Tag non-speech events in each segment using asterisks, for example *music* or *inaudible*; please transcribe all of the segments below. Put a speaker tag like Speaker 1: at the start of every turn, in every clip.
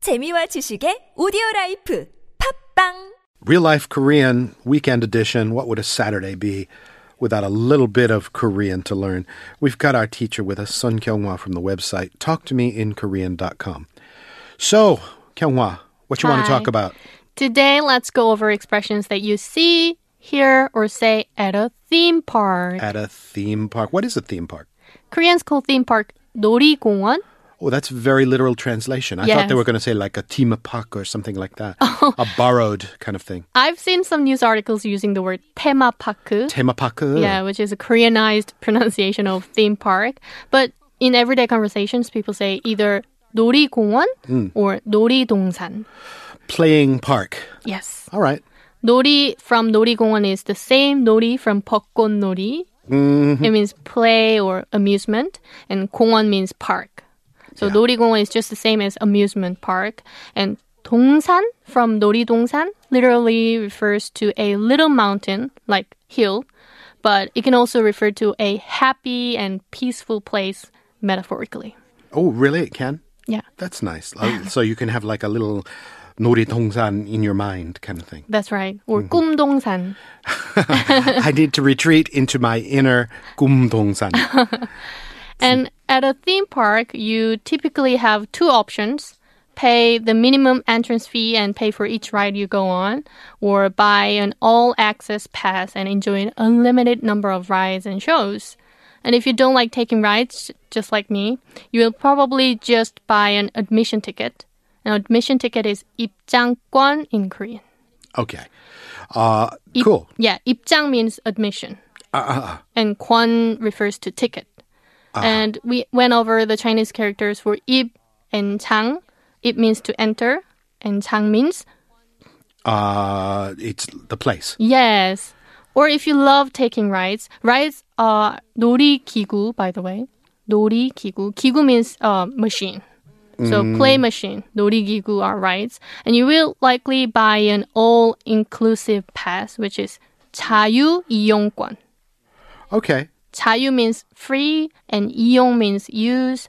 Speaker 1: 재미와 지식의 오디오 라이프 팝빵
Speaker 2: Real Life Korean Weekend Edition. What would a Saturday be without a little bit of Korean to learn? We've got our teacher with us, Sun Kyunghwa from the website talktomeinkorean.com. So, Kyunghwa, what you want to
Speaker 3: Hi.
Speaker 2: talk about?
Speaker 3: Today, let's go over expressions that you see, hear, or say at a theme park.
Speaker 2: At a theme park. What is a theme park?
Speaker 3: Koreans call theme park 놀이공원.
Speaker 2: Oh, that's very literal translation. I thought
Speaker 3: Yes. Oh.
Speaker 2: they were going to say like a team park or something like
Speaker 3: *laughs*
Speaker 2: that. a borrowed kind of thing.
Speaker 3: I've seen some news articles using the word 테마파크.
Speaker 2: Tema park. uh,
Speaker 3: Yeah, which is a Koreanized *laughs* pronunciation of theme park. But in everyday conversations, people say either 놀이공원 or 놀이동산.
Speaker 2: Playing park.
Speaker 3: Yes.
Speaker 2: All right.
Speaker 3: 놀이 from 놀이공원 is the same 놀이 from 벚꽃놀이. It means play or amusement, and 공원 means park. So 놀이공원 is just the same as amusement park. And 동산 from 놀이동산 literally refers to a little mountain, like hill, but it can also refer to a happy and peaceful place metaphorically.
Speaker 2: Oh, really? It can?
Speaker 3: Yeah,
Speaker 2: That's nice. Uh, so you can have like a little 노래동산 in your mind kind of thing.
Speaker 3: that's right. Or 꿈동산.
Speaker 2: *laughs* I need to retreat into my inner 꿈동산.
Speaker 3: And at a theme park, you typically have two options pay the minimum entrance fee and pay for each ride you go on, or buy an all access pass and enjoy an unlimited number of rides and shows. And if you don't like taking rides, just like me, you will probably just buy an admission ticket. An admission ticket is 입장권 in Korean.
Speaker 2: *laughs* Okay. Uh,
Speaker 3: 입-
Speaker 2: cool.
Speaker 3: Yeah, 입장 means admission. And 권 refers to ticket. And we went over the Chinese characters for 입 and 장. It means to enter, and 장 means
Speaker 2: Uh, it's the place.
Speaker 3: yes. Or if you love taking rides, rides are 놀이기구, by the way. 놀이기구. 기구 means uh, machine. So play machine, 놀이기구 are rides. And you will likely buy an all-inclusive pass, which is 자유이용권.
Speaker 2: Okay.
Speaker 3: 자유 means free and 이용 means use.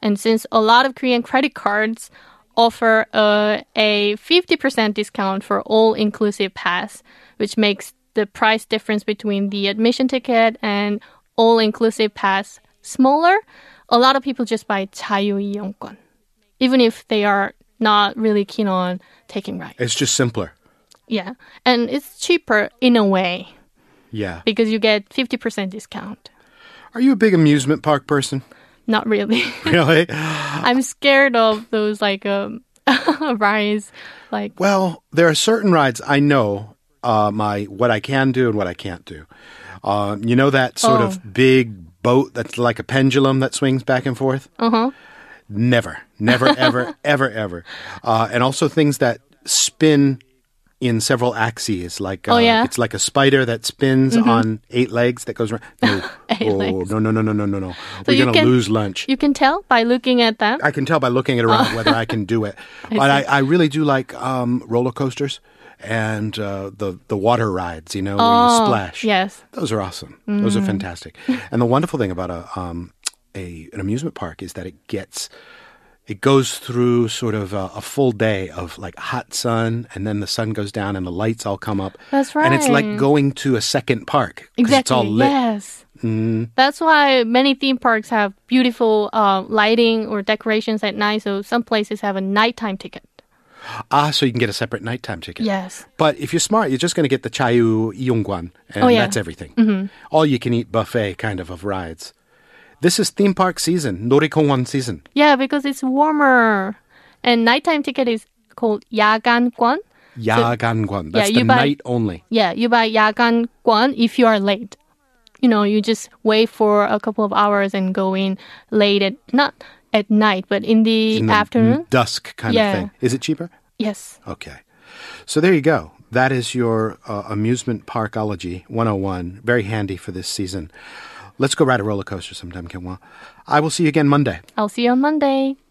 Speaker 3: And since a lot of Korean credit cards offer uh, a 50% discount for all inclusive pass, which makes the price difference between the admission ticket and all inclusive pass smaller, a lot of people just buy 자유 이용권, even if they are not really keen on taking rides.
Speaker 2: It's just simpler.
Speaker 3: Yeah. And it's cheaper in a way
Speaker 2: Yeah.
Speaker 3: because you get 50% discount.
Speaker 2: Are you a big amusement park person? *laughs*
Speaker 3: Not really. *laughs*
Speaker 2: Really?
Speaker 3: I'm scared of those like um *laughs* rides. Like
Speaker 2: Well, there are certain rides I know uh, my what I can do and what I can't do. Uh, you know that sort
Speaker 3: Oh.
Speaker 2: of big boat that's like a pendulum that swings back and forth. Uh huh.
Speaker 3: Uh-huh.
Speaker 2: Never, never, *laughs* ever, ever, ever. Uh, and also things that spin in several axes, like uh,
Speaker 3: Oh, yeah? Mm-hmm.
Speaker 2: it's like a spider that spins on eight legs that goes around. No,
Speaker 3: *laughs* Eight
Speaker 2: oh,
Speaker 3: legs.
Speaker 2: no, no, no, no, no, no, no. We're
Speaker 3: you
Speaker 2: gonna
Speaker 3: can-
Speaker 2: lose lunch.
Speaker 3: you can tell by looking at them.
Speaker 2: I can tell by looking at
Speaker 3: Uh.
Speaker 2: around whether I can
Speaker 3: *laughs*
Speaker 2: do it. But I, I really do like um, roller coasters and uh, the the water rides. You know, where
Speaker 3: Oh,
Speaker 2: you splash.
Speaker 3: Yes.
Speaker 2: those are awesome. Those are
Speaker 3: Mm. *laughs*
Speaker 2: fantastic. and the wonderful thing about a, um, a an amusement park is that it gets. It goes through sort of a, a full day of like hot sun, and then the sun goes down, and the lights all come up.
Speaker 3: That's
Speaker 2: And it's like
Speaker 3: right.
Speaker 2: going to a second park. 'cause
Speaker 3: Exactly.
Speaker 2: It's all lit. Mm-hmm.
Speaker 3: Yes. That's why many theme parks have beautiful uh, lighting or decorations at night. So some places have a nighttime ticket.
Speaker 2: Ah, so you can get a separate nighttime ticket.
Speaker 3: Yes.
Speaker 2: But if you're smart, you're just going to get the chayu yongguan, and
Speaker 3: Oh, yeah.
Speaker 2: that's everything. All you can eat buffet kind of of rides. This is theme park season, Norikongwan season.
Speaker 3: Yeah, because it's warmer, and nighttime ticket is called 야간권.
Speaker 2: Yaganguan. That's
Speaker 3: Yeah,
Speaker 2: the
Speaker 3: you buy-
Speaker 2: night only.
Speaker 3: Yeah, you buy yagan guan if you are late. You know, you just wait for a couple of hours and go in late at not at night, but in the
Speaker 2: In the
Speaker 3: afternoon.
Speaker 2: Dusk kind
Speaker 3: Yeah.
Speaker 2: of thing. Is it cheaper?
Speaker 3: Yes.
Speaker 2: Okay. So there you go. That is your uh, amusement parkology 101. Very handy for this season. Let's go ride a roller coaster sometime, Kenwa. I will see you again Monday.
Speaker 3: I'll see you on Monday.